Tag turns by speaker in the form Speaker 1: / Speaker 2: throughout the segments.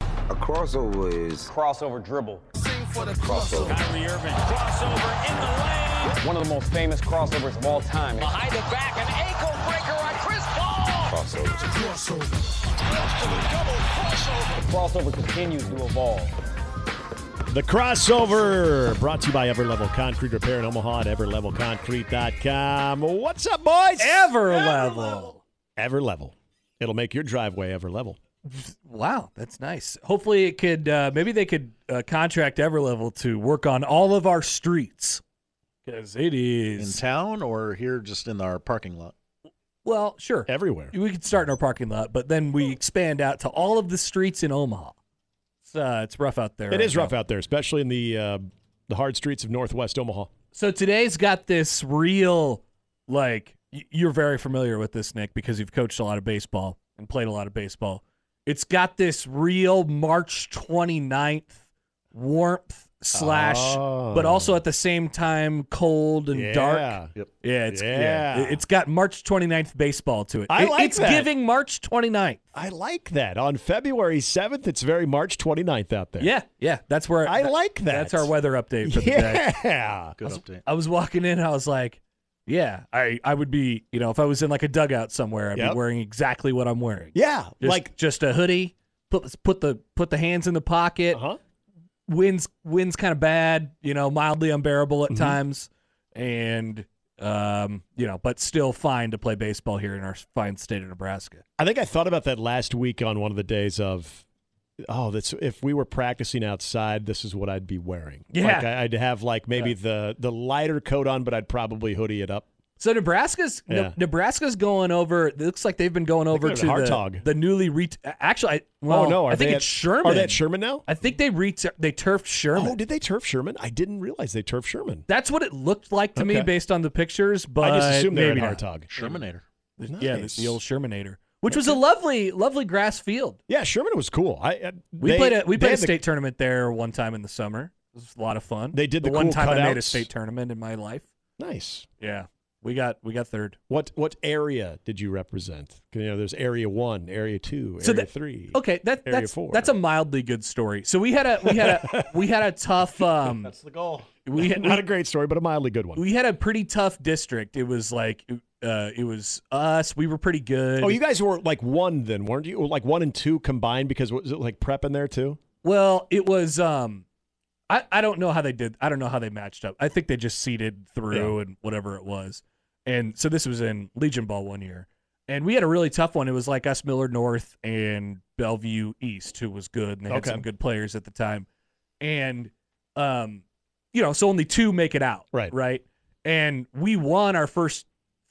Speaker 1: A crossover is
Speaker 2: crossover dribble.
Speaker 1: crossover.
Speaker 3: Kyrie Irving, crossover in the lane.
Speaker 2: One of the most famous crossovers of all time.
Speaker 3: Behind the back, an ankle breaker on Chris Paul.
Speaker 1: Crossover.
Speaker 2: Crossover continues to evolve.
Speaker 4: The crossover brought to you by Everlevel Concrete Repair in Omaha at everlevelconcrete.com. What's up, boys?
Speaker 5: Ever level.
Speaker 4: Everlevel. It'll make your driveway Everlevel.
Speaker 5: Wow, that's nice. Hopefully, it could. Uh, maybe they could uh, contract Everlevel to work on all of our streets because it
Speaker 6: in
Speaker 5: is.
Speaker 6: town or here just in our parking lot?
Speaker 5: well, sure.
Speaker 4: Everywhere.
Speaker 5: we could start in our parking lot, but then we expand out to all of the streets in Omaha. It's uh, it's rough out there.
Speaker 4: It
Speaker 5: right
Speaker 4: is rough
Speaker 5: now.
Speaker 4: out there, especially in the uh, the hard streets of Northwest Omaha.
Speaker 5: So today's got this real like y- you're very familiar with this Nick because you've coached a lot of baseball and played a lot of baseball. It's got this real March 29th warmth slash but
Speaker 4: Oh.
Speaker 5: also at the same time cold and dark.
Speaker 4: Yeah.
Speaker 5: Yeah, it's
Speaker 4: Yeah.
Speaker 5: it- it's got March 29th baseball to it.
Speaker 4: I
Speaker 5: It-
Speaker 4: like
Speaker 5: it's
Speaker 4: that.
Speaker 5: giving March 29th.
Speaker 4: I like that. On February 7th, it's very March 29th out there.
Speaker 5: Yeah, yeah, that's where
Speaker 4: I like that.
Speaker 5: That's our weather update for the day.
Speaker 4: Yeah.
Speaker 6: Good update.
Speaker 5: I was walking in, I was like, yeah, I, I would be, you know, if I was in like a dugout somewhere, I'd
Speaker 4: Yep.
Speaker 5: be wearing exactly what I'm wearing.
Speaker 4: Yeah.
Speaker 5: Just,
Speaker 4: like,
Speaker 5: just a hoodie, put put the put the hands in the pocket.
Speaker 4: uh huh.
Speaker 5: Winds winds kind of bad, you know, mildly unbearable
Speaker 4: Mm-hmm.
Speaker 5: at times and um, you know, but still fine to play baseball here in our fine state of Nebraska.
Speaker 4: I think I thought about that last week on one of the days of, oh, that's if we were practicing outside, this is what I'd be wearing.
Speaker 5: Yeah.
Speaker 4: like I- I'd have like maybe the the lighter coat on, but I'd probably hoodie it up.
Speaker 5: So Nebraska's Ne-
Speaker 4: Yeah.
Speaker 5: Nebraska's going over. It looks like they've been going over
Speaker 4: they're at
Speaker 5: to the,
Speaker 4: Hartog.
Speaker 5: the newly re- actually. I, well,
Speaker 4: oh no, are
Speaker 5: I think
Speaker 4: they
Speaker 5: it's
Speaker 4: at,
Speaker 5: Sherman.
Speaker 4: Are they at Sherman now?
Speaker 5: I think they re- they turfed Sherman.
Speaker 4: Oh, did they turf Sherman? I didn't realize they turf Sherman.
Speaker 5: That's what it looked like to me
Speaker 4: Okay.
Speaker 5: based on the pictures, but
Speaker 4: I just assumed they're at
Speaker 5: Uh, maybe not.
Speaker 4: Hartog.
Speaker 6: Shermanator.
Speaker 5: Yeah, the,
Speaker 4: Nice.
Speaker 5: the old Shermanator, which was a lovely, lovely grass field.
Speaker 4: Yeah, Sherman was cool. I uh,
Speaker 5: We
Speaker 4: they-
Speaker 5: played a we
Speaker 4: they
Speaker 5: played a
Speaker 4: had the-
Speaker 5: state tournament there one time in the summer. It was a lot of fun.
Speaker 4: They did the
Speaker 5: one
Speaker 4: cool
Speaker 5: time I made a
Speaker 4: cutouts.
Speaker 5: state tournament in my life.
Speaker 4: nice.
Speaker 5: Yeah, we got we got third.
Speaker 4: What what area did you represent? 'Cause, You know, there's area one, area two,
Speaker 5: So
Speaker 4: area
Speaker 5: that-
Speaker 4: three.
Speaker 5: Okay, that
Speaker 4: Area
Speaker 5: that's
Speaker 4: four.
Speaker 5: that's a mildly good story. So we had a we had a we had a tough um
Speaker 6: the goal.
Speaker 5: we had,
Speaker 4: not a great story, but a mildly good one.
Speaker 5: we had a pretty tough district. It was like uh it was us. We were pretty good.
Speaker 4: Oh, you guys were like one then, weren't you? Or like one and two combined because was it like prep in there too?
Speaker 5: Well, it was um I, I don't know how they did I don't know how they matched up. I think they just seeded through and whatever it was. And so this was in Legion Ball one year. And we had a really tough one. It was like us Miller North and Bellevue East, who was good and they had
Speaker 4: Okay.
Speaker 5: some good players at the time. And um, you know, so only two make it out.
Speaker 4: Right.
Speaker 5: Right. And we won our first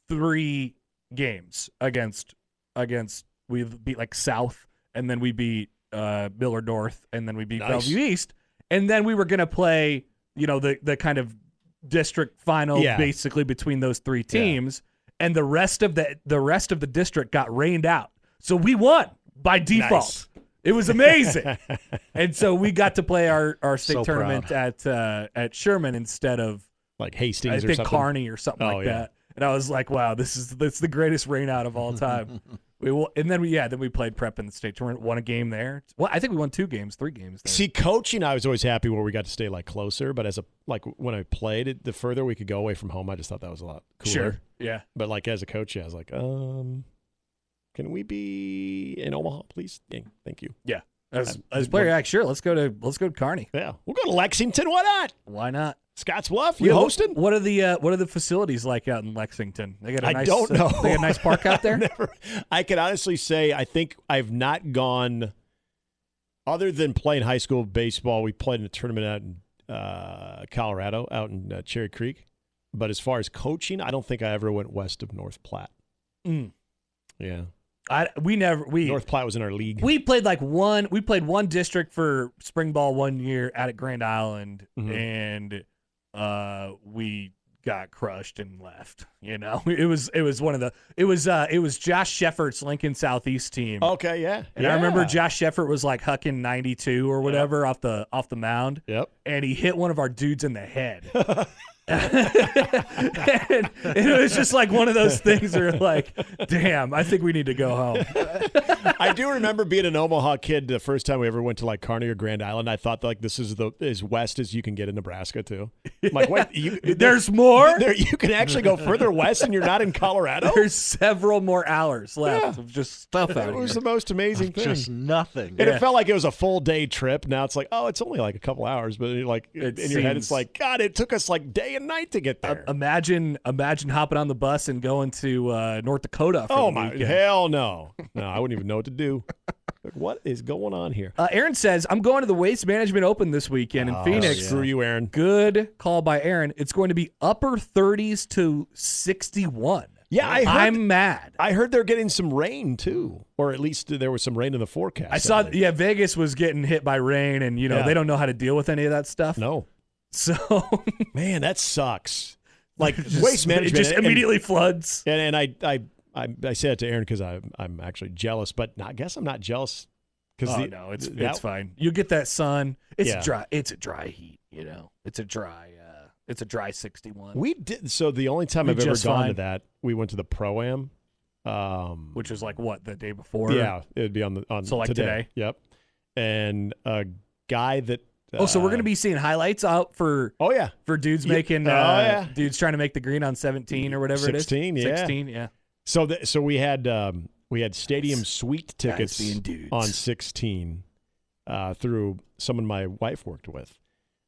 Speaker 5: three games against against we beat like South and then we beat uh Miller North and then we beat
Speaker 4: Nice.
Speaker 5: Bellevue East and then we were gonna play you know the the kind of district final
Speaker 4: Yeah.
Speaker 5: basically between those three teams and the rest of the the rest of the district got rained out so we won by default
Speaker 4: Nice.
Speaker 5: it was amazing and so we got to play our our state
Speaker 6: So
Speaker 5: tournament at uh at Sherman instead of
Speaker 4: Like Hastings
Speaker 5: I
Speaker 4: or
Speaker 5: think
Speaker 4: something.
Speaker 5: Carney or something
Speaker 4: Oh,
Speaker 5: like
Speaker 4: yeah.
Speaker 5: that. And I was like, wow, this is this is the greatest rain out of all time. we will, and then we yeah, then we played prep in the state tournament, won a game there. Well, I think we won two games, three games. There.
Speaker 4: See, coaching, I was always happy where we got to stay like closer, but as a like when I played, it, the further we could go away from home, I just thought that was a lot cooler.
Speaker 5: sure, yeah,
Speaker 4: But like as a coach, yeah, I was like, um, can we be in Omaha, please? Dang, thank you.
Speaker 5: yeah. As,
Speaker 4: I-
Speaker 5: as player, yeah, sure. Let's go to let's go to Carney.
Speaker 4: Yeah, we'll go to Lexington. Why not?
Speaker 5: Why not?
Speaker 4: Scotts Bluff, you
Speaker 5: Yeah, wh-
Speaker 4: hosting?
Speaker 5: What are the uh, what are the facilities like out in Lexington? They got a
Speaker 4: I
Speaker 5: nice,
Speaker 4: don't
Speaker 5: uh,
Speaker 4: know.
Speaker 5: they got a nice park out there.
Speaker 4: I've never- I can honestly say I think I've not gone other than playing high school baseball. We played in a tournament out in uh, Colorado, out in uh, Cherry Creek. But as far as coaching, I don't think I ever went west of North Platte.
Speaker 5: Mm.
Speaker 4: Yeah,
Speaker 5: I we never we
Speaker 4: North Platte was in our league.
Speaker 5: We played like one. We played one district for spring ball one year out at Grand Island,
Speaker 4: Mhm.
Speaker 5: and uh, we got crushed and left. You know, it was it was one of the it was uh, it was Josh Sheffert's Lincoln Southeast team,
Speaker 4: okay, yeah,
Speaker 5: and I remember
Speaker 4: Oh, Yeah.
Speaker 5: Josh Sheffert was like hucking ninety two or whatever off the off the mound,
Speaker 4: Yep.
Speaker 5: and he hit one of our dudes in the head. and it was just like one of those things where like, damn, I think we need to go home.
Speaker 4: I do remember being an Omaha kid the first time we ever went to like Kearney or Grand Island. I thought like this is the as west as you can get in Nebraska too. I'm like wait, you,
Speaker 5: There's more.
Speaker 4: there you can actually go further west and you're not in Colorado.
Speaker 5: There's several more hours left of just stuff out
Speaker 4: Oh. It was
Speaker 5: here.
Speaker 4: the most amazing thing.
Speaker 6: Just nothing.
Speaker 4: and it felt like it was a full day trip. Now it's like, oh, it's only like a couple hours, but you're like
Speaker 5: It
Speaker 4: in your head, it's
Speaker 5: seems-
Speaker 4: like, God, it took us like day and night to get there.
Speaker 5: Imagine, imagine hopping on the bus and going to uh, North Dakota. For
Speaker 4: oh
Speaker 5: the
Speaker 4: my
Speaker 5: weekend.
Speaker 4: hell no, no, I wouldn't even know what to do. Like, what is going on here?
Speaker 5: Uh, Aaron says, I'm going to the Waste Management Open this weekend in Phoenix.
Speaker 4: Ah, screw you, Aaron.
Speaker 5: Good call by Aaron. It's going to be upper 30s to 61.
Speaker 4: Yeah, I heard-
Speaker 5: I'm mad.
Speaker 4: I heard they're getting some rain too, or at least there was some rain in the forecast.
Speaker 5: I saw,
Speaker 4: think.
Speaker 5: yeah, Vegas was getting hit by rain, and you know
Speaker 4: Yeah.
Speaker 5: they don't know how to deal with any of that stuff.
Speaker 4: No,
Speaker 5: So
Speaker 4: man, that sucks. Like
Speaker 5: just-
Speaker 4: waste management,
Speaker 5: it just
Speaker 4: and-
Speaker 5: immediately floods.
Speaker 4: And, and I, I, I, I said it to Aaron because I'm, I'm actually jealous, but I guess I'm not jealous because
Speaker 5: Oh
Speaker 4: the,
Speaker 5: no, it's
Speaker 4: that-
Speaker 5: it's fine. You get that sun. It's
Speaker 4: Yeah.
Speaker 5: dry. It's a dry heat. You know, it's a dry. Uh, it's a dry 61,
Speaker 4: We did so. The only time
Speaker 5: We
Speaker 4: I've ever gone
Speaker 5: just fine.
Speaker 4: to that, we went to the pro am. Um,
Speaker 5: which is like what the day before.
Speaker 4: yeah, it would be on the on
Speaker 5: So, like, today?
Speaker 4: Yep, and a guy that.
Speaker 5: Oh, so we're
Speaker 4: uh,
Speaker 5: gonna be seeing highlights out for
Speaker 4: Oh yeah,
Speaker 5: for dudes
Speaker 4: Yeah.
Speaker 5: making.
Speaker 4: Oh,
Speaker 5: Uh,
Speaker 4: yeah.
Speaker 5: Dudes trying to make the green on 17 or whatever it
Speaker 4: 16,
Speaker 5: is.
Speaker 4: yeah.
Speaker 5: 16. Yeah.
Speaker 4: So th- so we had um, we had stadium suite tickets
Speaker 5: being dudes.
Speaker 4: on 16 uh, through someone my wife worked with.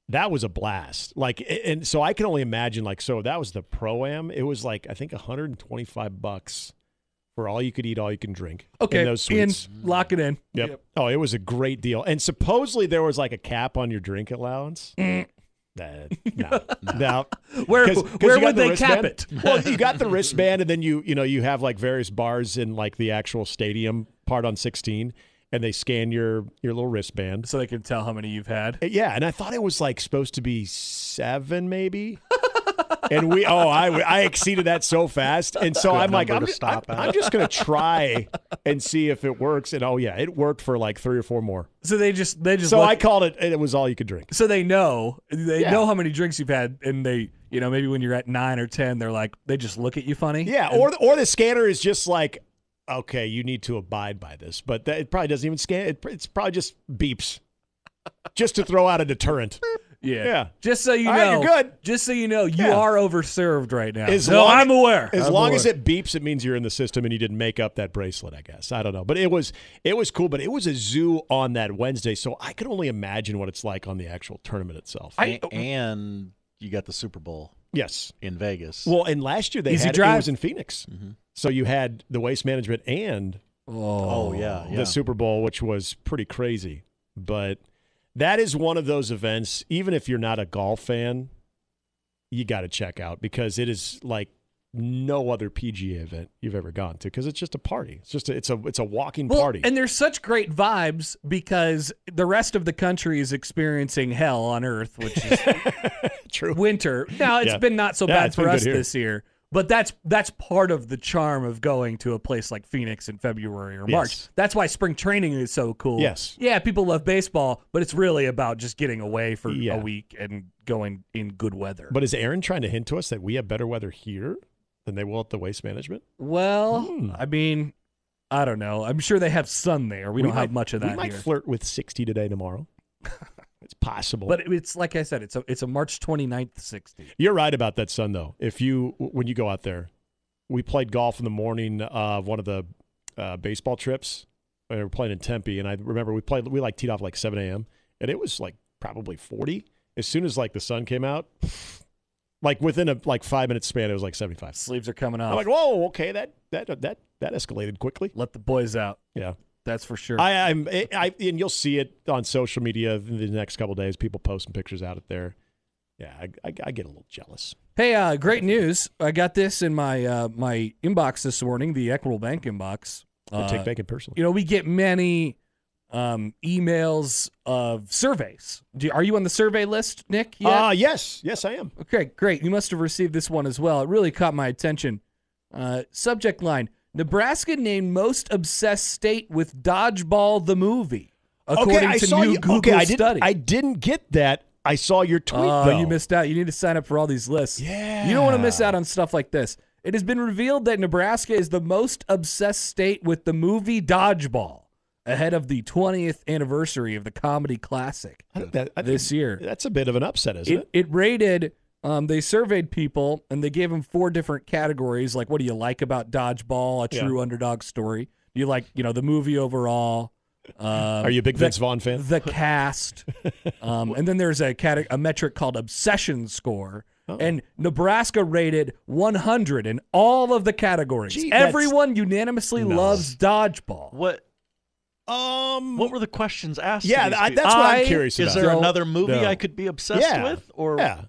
Speaker 4: That was a blast. Like a- and so I can only imagine like so that was the pro am. It was like I think 125 bucks for all you could eat, all you can drink.
Speaker 5: Okay.
Speaker 4: In those
Speaker 5: Ian, Mm-hmm.
Speaker 4: suites.
Speaker 5: lock it in.
Speaker 4: Yep. Oh, it was a great deal. And supposedly there was like a cap on your drink allowance.
Speaker 5: Mm.
Speaker 4: Nah, no, no.
Speaker 5: Where
Speaker 4: 'Cause- 'cause
Speaker 5: where
Speaker 4: you got
Speaker 5: would
Speaker 4: the
Speaker 5: they cap
Speaker 4: wristband.
Speaker 5: it?
Speaker 4: Well, you got the wristband, and then you you know you have like various bars in like the actual stadium part on 16, and they scan your your little wristband. Uh,
Speaker 5: So they can tell how many you've had.
Speaker 4: Yeah, and I thought it was like supposed to be seven, maybe. And we, oh, I, I exceeded that so fast, and so
Speaker 6: Good
Speaker 4: I'm like,
Speaker 6: number
Speaker 4: I'm,
Speaker 6: to stop
Speaker 4: I'm,
Speaker 6: at.
Speaker 4: I'm just gonna try and see if it works. And oh yeah, it worked for like three or four more.
Speaker 5: So they just they just
Speaker 4: So
Speaker 5: look-
Speaker 4: I called it, and it was all you could drink.
Speaker 5: so they know they
Speaker 4: Yeah.
Speaker 5: know how many drinks you've had, and they you know maybe when you're at nine or ten, they're like they just look at you funny.
Speaker 4: Yeah, or or the scanner is just like, okay, you need to abide by this, but that, it probably doesn't even scan. It, it's probably just beeps, just to throw out a deterrent.
Speaker 5: yeah,
Speaker 4: Yeah.
Speaker 5: Just so you
Speaker 4: All
Speaker 5: know,
Speaker 4: right, you're good.
Speaker 5: Just so you know, you
Speaker 4: Yeah.
Speaker 5: are overserved right now.
Speaker 4: As
Speaker 5: so
Speaker 4: long-
Speaker 5: I'm aware.
Speaker 4: As
Speaker 5: I'm
Speaker 4: long
Speaker 5: aware.
Speaker 4: as it beeps, it means you're in the system and you didn't make up that bracelet. I guess I don't know, but it was it was cool. But it was a zoo on that Wednesday, so I could only imagine what it's like on the actual tournament itself.
Speaker 5: I-
Speaker 6: A- and you got the Super Bowl
Speaker 4: yes.
Speaker 6: in Vegas.
Speaker 4: Well, and last year they
Speaker 5: Easy
Speaker 4: had it
Speaker 5: drive. Mm-hmm.
Speaker 4: was in Phoenix, so you had the waste management and
Speaker 6: oh yeah, yeah.
Speaker 4: the Super Bowl, which was pretty crazy. But that is one of those events, even if you're not a golf fan, you got to check out because it is like no other PGA event you've ever gone to because it's just a party. It's just a, it's a it's a walking
Speaker 5: Well,
Speaker 4: party.
Speaker 5: and there's such great vibes because the rest of the country is experiencing hell on earth, which is
Speaker 4: True.
Speaker 5: winter. Now it's
Speaker 4: Yeah.
Speaker 5: been not so
Speaker 4: Yeah,
Speaker 5: bad
Speaker 4: it's
Speaker 5: for
Speaker 4: been good
Speaker 5: us
Speaker 4: here.
Speaker 5: this year, but that's that's part of the charm of going to a place like Phoenix in February or March.
Speaker 4: Yes.
Speaker 5: That's why spring training is so cool.
Speaker 4: Yes.
Speaker 5: Yeah, people love baseball, but it's really about just getting away for
Speaker 4: Yeah.
Speaker 5: a week and going in good weather.
Speaker 4: But is Aaron trying to hint to us that we have better weather here than they will at the waste management?
Speaker 5: well,
Speaker 4: Hmm.
Speaker 5: I mean, I don't know. I'm sure they have sun there. We, don't
Speaker 4: might-
Speaker 5: have much of that
Speaker 4: We might
Speaker 5: here.
Speaker 4: flirt with 60 today tomorrow. it's possible.
Speaker 5: But it's like I said, it's a it's a March 29th 60.
Speaker 4: You're right about that sun, though. If you when you go out there, we played golf in the morning of one of the uh, baseball trips. We were playing in Tempe, and I remember we played. We like teed off like 7 a.m. and it was like probably 40. As soon as like the sun came out, like within a like five minute span, it was like 75.
Speaker 5: Sleeves are coming
Speaker 4: I'm
Speaker 5: off.
Speaker 4: like, whoa, okay, that that that that escalated quickly.
Speaker 5: Let the boys out.
Speaker 4: Yeah,
Speaker 5: That's for sure.
Speaker 4: I, I'm, I, I, and you'll see it on social media in the next couple days. People posting pictures out of there. Yeah, I, I, I get a little jealous.
Speaker 5: Hey, uh, great news! I got this in my uh, my inbox this morning, the Equitable Bank inbox.
Speaker 4: I
Speaker 5: Uh,
Speaker 4: take bacon personally.
Speaker 5: you know, we get many um, emails of surveys. Do, are you on the survey list, Nick? yet?
Speaker 4: Uh, yes, yes, I am.
Speaker 5: okay, great. You must have received this one as well. It really caught my attention. Uh, subject line: Nebraska named most obsessed state with dodgeball the movie, according
Speaker 4: okay, I
Speaker 5: to
Speaker 4: saw
Speaker 5: new
Speaker 4: you.
Speaker 5: Google
Speaker 4: okay, I didn't,
Speaker 5: study.
Speaker 4: I didn't get that. I- I saw your tweet
Speaker 5: Oh,
Speaker 4: though.
Speaker 5: you missed out. You need to sign up for all these lists.
Speaker 4: Yeah.
Speaker 5: You don't want to miss out on stuff like this. It has been revealed that Nebraska is the most obsessed state with the movie Dodgeball ahead of the 20th anniversary of the comedy classic
Speaker 4: I think that- I think
Speaker 5: this year.
Speaker 4: That's a bit of an upset, isn't it?
Speaker 5: It, it rated, um, they surveyed people and they gave them four different categories like, what do you like about Dodgeball, a
Speaker 4: Yeah.
Speaker 5: true underdog story? Do you like, you know, the movie overall? Uh,
Speaker 4: Are you a big Vince Vaughn fan?
Speaker 5: the cast, um, and then there's a cate- a metric called obsession score.
Speaker 4: Oh.
Speaker 5: And Nebraska rated 100 in all of the categories.
Speaker 4: Gee, that's-
Speaker 5: Everyone unanimously loves dodgeball.
Speaker 6: What
Speaker 4: Um.
Speaker 6: What were the questions asked? to
Speaker 4: yeah,
Speaker 6: these
Speaker 4: I,
Speaker 6: people?
Speaker 4: that's what I'm
Speaker 5: I-
Speaker 4: curious
Speaker 6: Is
Speaker 4: about.
Speaker 6: there
Speaker 5: Don't
Speaker 6: another movie
Speaker 4: know.
Speaker 6: I could be obsessed
Speaker 4: yeah.
Speaker 6: with? Or
Speaker 4: yeah.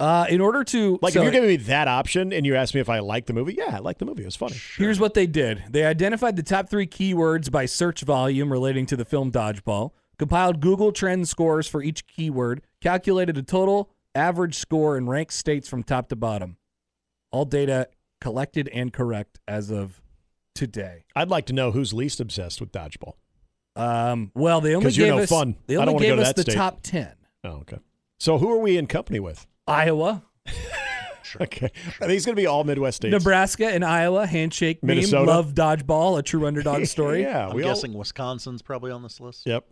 Speaker 5: Uh, in order to
Speaker 4: Like
Speaker 5: so
Speaker 4: if you're giving me that option and you ask me if I like the movie, yeah, I like the movie. It was funny.
Speaker 5: Here's what they did. They identified the top three keywords by search volume relating to the film Dodgeball, compiled Google Trend scores for each keyword, calculated a total average score, and ranked states from top to bottom. All data collected and correct as of today.
Speaker 4: I'd like to know who's least obsessed with dodgeball.
Speaker 5: Um, well, they only
Speaker 4: 'Cause you're
Speaker 5: gave
Speaker 4: no
Speaker 5: us
Speaker 4: fun.
Speaker 5: they
Speaker 4: I don't
Speaker 5: only
Speaker 4: wanna go
Speaker 5: gave
Speaker 4: to
Speaker 5: us
Speaker 4: that
Speaker 5: the
Speaker 4: state.
Speaker 5: top ten.
Speaker 4: Oh, okay. So who are we in company with?
Speaker 5: Iowa,
Speaker 4: Okay, I think it's going to be all Midwest states.
Speaker 5: Nebraska, and Iowa handshake
Speaker 4: Minnesota.
Speaker 5: meme. Love dodgeball, a true underdog story.
Speaker 4: yeah,
Speaker 6: I'm
Speaker 4: we all-
Speaker 6: guessing Wisconsin's probably on this list.
Speaker 4: Yep.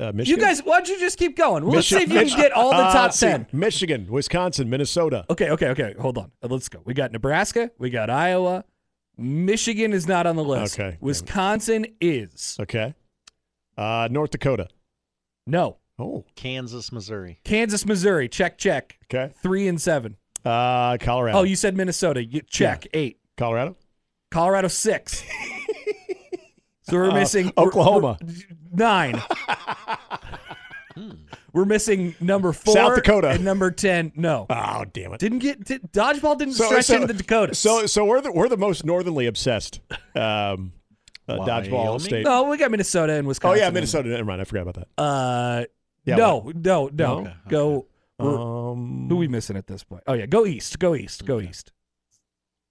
Speaker 4: Uh,
Speaker 5: You
Speaker 4: Michigan.
Speaker 5: guys, why don't you just keep going? Well, let's see if
Speaker 4: Michigan-
Speaker 5: you can get all the
Speaker 4: Uh,
Speaker 5: top
Speaker 4: let's see.
Speaker 5: ten.
Speaker 4: Michigan, Wisconsin, Minnesota.
Speaker 5: Okay, okay, okay. Hold on. Uh, Let's go. We got Nebraska. We got Iowa. Michigan is not on the list.
Speaker 4: Okay.
Speaker 5: Wisconsin is.
Speaker 4: Okay. Uh, North Dakota.
Speaker 5: No.
Speaker 4: Oh,
Speaker 6: Kansas, Missouri.
Speaker 5: Kansas, Missouri. Check, check.
Speaker 4: okay.
Speaker 5: Three and seven.
Speaker 4: Uh, Colorado.
Speaker 5: Oh, you said Minnesota. You, check. Eight.
Speaker 4: Colorado.
Speaker 5: Colorado, six. so we're missing we're-
Speaker 4: Uh, Oklahoma.
Speaker 5: we're- nine. we're missing number four.
Speaker 4: South Dakota.
Speaker 5: And number 10. No.
Speaker 4: Oh, damn it.
Speaker 5: Didn't get. Did, dodgeball didn't stretch into the Dakotas.
Speaker 4: So, so we're the, we're the most northernly obsessed um, uh, dodgeball
Speaker 6: Wyoming?
Speaker 4: state.
Speaker 5: no, we got Minnesota and
Speaker 4: oh
Speaker 5: Wisconsin.
Speaker 4: yeah,
Speaker 5: in there.
Speaker 4: Minnesota. Never mind, I forgot about
Speaker 5: Uh,
Speaker 4: Yeah,
Speaker 5: no, no, no,
Speaker 4: Okay,
Speaker 5: Go.
Speaker 4: that.
Speaker 5: we're-
Speaker 4: Um,
Speaker 5: who we missing at this point? Oh yeah, go east. Go east. Go east.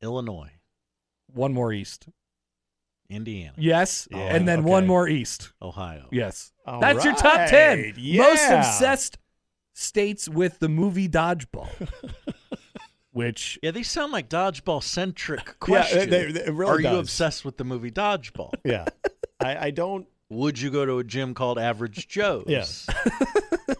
Speaker 6: Illinois.
Speaker 5: One more east.
Speaker 6: Indiana.
Speaker 5: Yes,
Speaker 4: Yeah,
Speaker 5: and then
Speaker 4: Oh, okay.
Speaker 5: one more east.
Speaker 6: Ohio.
Speaker 5: Yes,
Speaker 4: All
Speaker 5: that's your top ten
Speaker 4: right, yeah.
Speaker 5: most obsessed states with the movie Dodgeball, which
Speaker 6: Yeah, these sound like dodgeball centric
Speaker 4: Yeah,
Speaker 6: questions.
Speaker 4: it- they- it really
Speaker 6: Are
Speaker 4: does.
Speaker 6: you obsessed with the movie Dodgeball?
Speaker 4: Yeah, I, I don't.
Speaker 6: Would you go to a gym called Average Joe's?
Speaker 4: Yeah.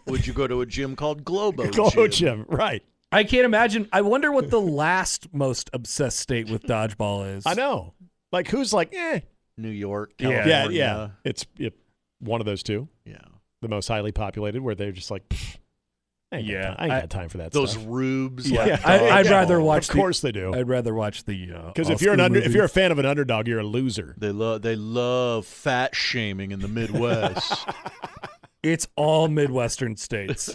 Speaker 6: Would you go to a gym called Globo?
Speaker 4: Go
Speaker 6: Gym?
Speaker 4: Jim. Right.
Speaker 5: I can't imagine. I wonder what the last most obsessed state with Dodgeball is.
Speaker 4: I know. Like who's like eh?
Speaker 6: New York.
Speaker 5: Yeah.
Speaker 6: California.
Speaker 4: Yeah, yeah. It's it, one of those two,
Speaker 6: yeah.
Speaker 4: the most highly populated, where they're just like, "Pfft, I ain't
Speaker 5: Yeah,
Speaker 4: got, ti- I ain't
Speaker 5: I-
Speaker 4: got time for that.
Speaker 6: Those
Speaker 4: stuff.
Speaker 6: rubes.
Speaker 4: Yeah.
Speaker 6: like
Speaker 4: Yeah.
Speaker 5: I, I'd
Speaker 4: Yeah.
Speaker 5: rather watch.
Speaker 4: Of course they do.
Speaker 5: the, I'd rather watch the
Speaker 4: Because
Speaker 5: uh,
Speaker 4: if you're an
Speaker 5: all-school
Speaker 4: under, if
Speaker 5: movies.
Speaker 4: you're a fan of an underdog, you're a loser.
Speaker 6: They love they love fat shaming in the Midwest.
Speaker 5: it's all Midwestern states.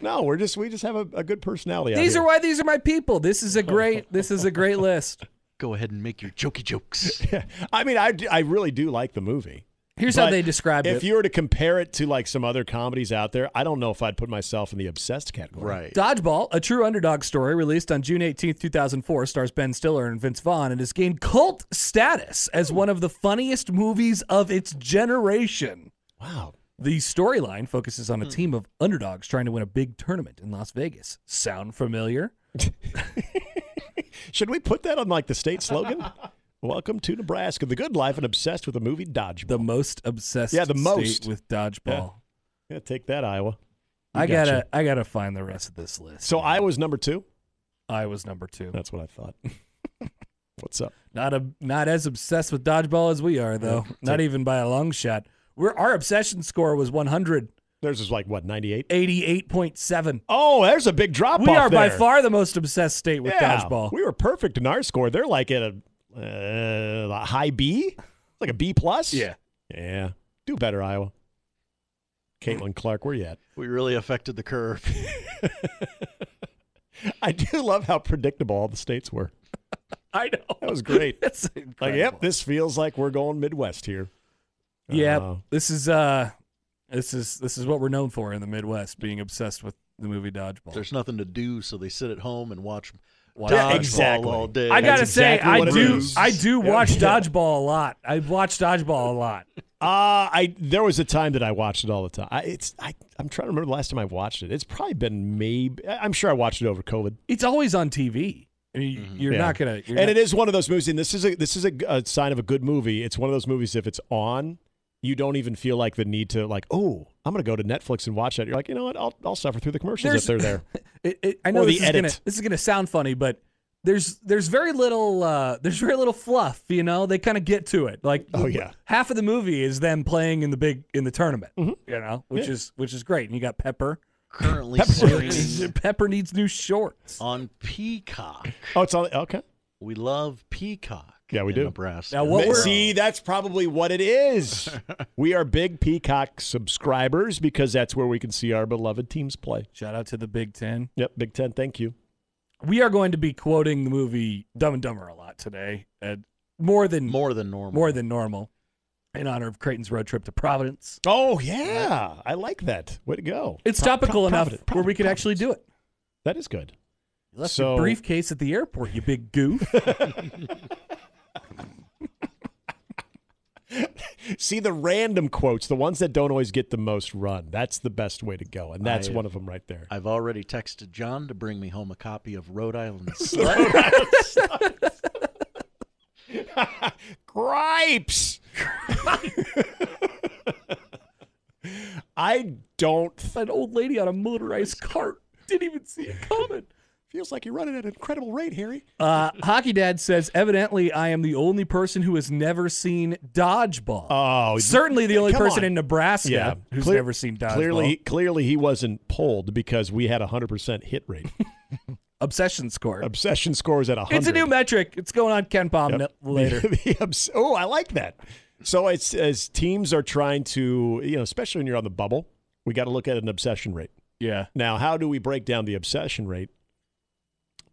Speaker 4: No, we're just we just have a, a good personality. out
Speaker 5: these
Speaker 4: here.
Speaker 5: are why these are my people. This is a great this is a great list.
Speaker 6: Go ahead and make your jokey jokes.
Speaker 4: I mean, I, d- I really do like the movie.
Speaker 5: Here's how
Speaker 4: But
Speaker 5: they describe
Speaker 4: if
Speaker 5: it.
Speaker 4: you were to compare it to like some other comedies out there, I don't know if I'd put myself in the obsessed category.
Speaker 6: Right.
Speaker 5: Dodgeball, a true underdog story released on June 18, 2004, stars Ben Stiller and Vince Vaughn and has gained cult status as one of the funniest movies of its generation.
Speaker 4: Wow.
Speaker 5: The storyline focuses
Speaker 4: Hmm.
Speaker 5: on a team of underdogs trying to win a big tournament in Las Vegas. Sound familiar?
Speaker 4: Should we put that on like the state slogan? Welcome to Nebraska, the good life, and obsessed with the movie Dodgeball.
Speaker 5: The most obsessed
Speaker 4: Yeah, the most.
Speaker 5: state with dodgeball.
Speaker 4: yeah, take that, Iowa.
Speaker 5: I
Speaker 4: got
Speaker 5: gotta I gotta find the rest of this list.
Speaker 4: So Iowa's number two.
Speaker 5: I was number two.
Speaker 4: That's what I thought. What's up?
Speaker 5: Not a not as obsessed with dodgeball as we are, though. Not even by a long shot. We're our obsession score was one hundred
Speaker 4: There's is like what ninety eight.
Speaker 5: eighty-eight point seven.
Speaker 4: Oh, there's a big drop.
Speaker 5: We
Speaker 4: off
Speaker 5: are by
Speaker 4: there.
Speaker 5: far the most obsessed state with
Speaker 4: Yeah,
Speaker 5: dodgeball.
Speaker 4: We were perfect in our score. They're like at a, uh, a high B, like a B plus.
Speaker 5: Yeah.
Speaker 4: yeah. Do better, Iowa. Caitlin Clark, where you at?
Speaker 6: We really affected the curve.
Speaker 4: I do love how predictable all the states were.
Speaker 5: I know.
Speaker 4: That was great.
Speaker 5: That's
Speaker 4: like,
Speaker 5: incredible.
Speaker 4: yep, this feels like we're going Midwest here.
Speaker 5: Yep.
Speaker 4: Oh.
Speaker 5: This is uh, this is this is what we're known for in the Midwest, being obsessed with the movie dodgeball.
Speaker 6: There's nothing to do, so they sit at home and watch
Speaker 5: watch
Speaker 4: Yeah,
Speaker 5: dodgeball.
Speaker 4: exactly.
Speaker 6: Dodgeball all day.
Speaker 5: I gotta
Speaker 4: That's
Speaker 5: say,
Speaker 4: exactly
Speaker 5: I
Speaker 4: what it
Speaker 5: do,
Speaker 4: is.
Speaker 5: I do
Speaker 4: Yeah.
Speaker 5: watch dodgeball a lot. I watch dodgeball a lot.
Speaker 4: Uh, I there was a time that I watched it all the time. I, it's I, I'm trying to remember the last time I watched it. It's probably been maybe I- I'm sure I watched it over COVID.
Speaker 5: It's always on TV. I mean,
Speaker 4: Mm-hmm.
Speaker 5: you're
Speaker 4: Yeah.
Speaker 5: not gonna. You're
Speaker 4: and
Speaker 5: not-
Speaker 4: it is one of those movies. And this is a this is a, a sign of a good movie. It's one of those movies if it's on, you don't even feel like the need to like oh I'm gonna go to Netflix and watch that. You're like you know what I'll I'll suffer through the commercials if they're
Speaker 5: There's-
Speaker 4: there.
Speaker 5: It, it, I know
Speaker 4: Or the
Speaker 5: this is gonna
Speaker 4: edit.
Speaker 5: this is gonna sound funny, but there's there's very little uh, there's very little fluff. You know, they kind of get to it. Like,
Speaker 4: Oh, yeah.
Speaker 5: half of the movie is them playing in the big in the tournament. You know, which
Speaker 4: Mm-hmm. Yeah.
Speaker 5: is which is great. And you got Pepper.
Speaker 6: currently streaming
Speaker 5: Pepper needs new shorts.
Speaker 6: on Peacock.
Speaker 4: Oh, it's on okay.
Speaker 6: We love Peacock.
Speaker 4: Yeah, we
Speaker 6: in
Speaker 4: do.
Speaker 6: Nebraska.
Speaker 5: Now, what
Speaker 4: Ma-
Speaker 5: we're-
Speaker 4: See, that's probably what it is. we are big Peacock subscribers because that's where we can see our beloved teams play.
Speaker 5: Shout out to the Big Ten.
Speaker 4: Yep, Big Ten. Thank you.
Speaker 5: We are going to be quoting the movie Dumb and Dumber a lot today, and more than more,
Speaker 6: more than normal.
Speaker 5: more than normal, in honor of Creighton's road trip to Providence.
Speaker 4: Oh yeah, I like that. Way to go.
Speaker 5: It's
Speaker 4: Pro-
Speaker 5: topical
Speaker 4: pro-
Speaker 5: enough
Speaker 4: provident-
Speaker 5: where we could
Speaker 4: providence.
Speaker 5: actually do it.
Speaker 4: That is good.
Speaker 5: You left
Speaker 4: So-
Speaker 5: your briefcase at the airport, you big goof.
Speaker 4: See the random quotes, the ones that don't always get the most run. That's the best way to go, and that's
Speaker 6: I-
Speaker 4: one of them right there.
Speaker 6: I've already texted John to bring me home a copy of Rhode Island Slut.
Speaker 4: Gripes. I don't.
Speaker 5: An old lady on a motorized cart didn't even see it coming.
Speaker 4: Feels like you're running at an incredible rate, Harry.
Speaker 5: Uh, Hockey Dad says, evidently, I am the only person who has never seen dodgeball.
Speaker 4: Oh,
Speaker 5: Certainly, the only
Speaker 4: come
Speaker 5: person
Speaker 4: on.
Speaker 5: in Nebraska
Speaker 4: yeah.
Speaker 5: who's
Speaker 4: Clear-
Speaker 5: never seen dodgeball.
Speaker 4: Clearly, clearly he wasn't pulled because we had a hundred percent hit rate.
Speaker 5: obsession score.
Speaker 4: Obsession scores at hundred.
Speaker 5: It's a new metric. It's going on Ken Palm
Speaker 4: Yep.
Speaker 5: ne- later.
Speaker 4: The obs- oh, I like that. So it's as teams are trying to, you know, especially when you're on the bubble, we got to look at an obsession rate.
Speaker 5: yeah.
Speaker 4: Now, how do we break down the obsession rate?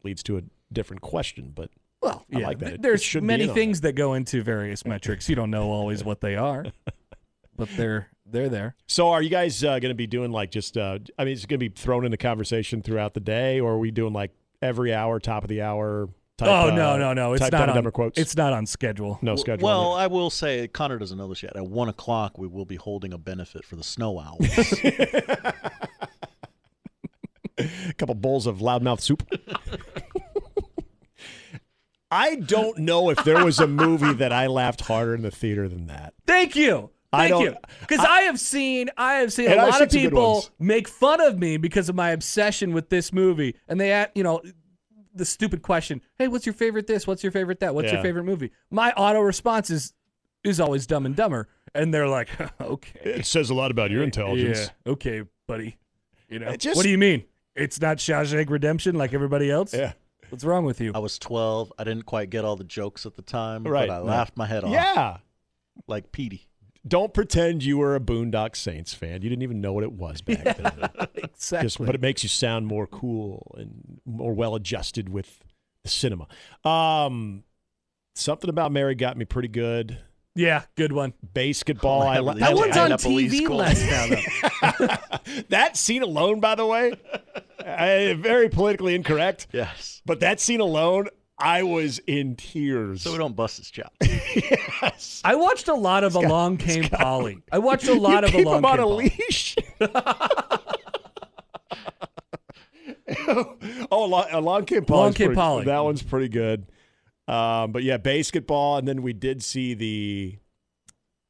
Speaker 4: Leads to a different question, but
Speaker 5: Well,
Speaker 4: I
Speaker 5: yeah.
Speaker 4: like that.
Speaker 5: th-
Speaker 4: It- it
Speaker 5: There's
Speaker 4: should be
Speaker 5: many
Speaker 4: in on
Speaker 5: things that. go into various metrics. You don't know always what they are, but they're they're there.
Speaker 4: so are you guys uh, going to be doing like just? Uh, I mean, it's going to be thrown into conversation throughout the day, or are we doing like every hour, top of the hour? Type,
Speaker 5: oh
Speaker 4: uh,
Speaker 5: no, no, no! It's
Speaker 4: type
Speaker 5: not
Speaker 4: Dumb and
Speaker 5: on.
Speaker 4: Dumber quotes.
Speaker 5: It's not on schedule.
Speaker 4: no schedule.
Speaker 6: Well, I will say Connor doesn't know this yet. At one o'clock, we will be holding a benefit for the snow owls.
Speaker 4: a couple bowls of loudmouth soup. I don't know if there was a movie that I laughed harder in the theater than that.
Speaker 5: Thank you.
Speaker 4: I
Speaker 5: Thank
Speaker 4: don't-
Speaker 5: you. Because I, have seen I have seen a
Speaker 4: And I've
Speaker 5: lot of
Speaker 4: seen some good
Speaker 5: people
Speaker 4: ones.
Speaker 5: make fun of me because of my obsession with this movie, and they at you know the stupid question, "Hey, what's your favorite this? What's your favorite that? What's
Speaker 4: Yeah.
Speaker 5: your favorite movie?" My auto response is is always Dumb and Dumber, and they're like, "Okay,
Speaker 4: It says a lot about your intelligence.
Speaker 5: yeah, okay, buddy." You know,
Speaker 4: It just-
Speaker 5: what do you mean? It's not Shawshank Redemption like everybody else. What's wrong with you?
Speaker 4: Oh,
Speaker 6: I was 12. I didn't quite get all the jokes at the time,
Speaker 4: Right,
Speaker 6: but I
Speaker 4: no.
Speaker 6: laughed my head off
Speaker 4: Yeah.
Speaker 6: like Petey.
Speaker 4: Don't pretend you were a Boondock Saints fan. You didn't even know what it was back then.
Speaker 5: exactly.
Speaker 4: Just, but it makes you sound more cool and more well adjusted with the cinema. Um, something about Mary got me pretty good.
Speaker 5: yeah, good one.
Speaker 4: Basketball, I, li-
Speaker 5: Oh, That
Speaker 4: I-
Speaker 5: one's
Speaker 4: I-
Speaker 5: on
Speaker 6: Annapolis
Speaker 5: TV
Speaker 6: Colt.
Speaker 5: less now, though.
Speaker 4: that scene alone, by the way, I, very politically incorrect,
Speaker 6: Yes.
Speaker 4: but that scene alone, I was in tears.
Speaker 6: So we don't bust his chops.
Speaker 4: yes.
Speaker 5: I watched a lot of Along Came Polly. I watched a lot
Speaker 4: you
Speaker 5: of
Speaker 4: keep
Speaker 5: Along
Speaker 4: him on
Speaker 5: Came
Speaker 4: a
Speaker 5: Polly.
Speaker 4: leash. oh, along, along came Polly.
Speaker 5: Along Came Polly.
Speaker 4: That one's pretty good. Um, but yeah, basketball, and then we did see the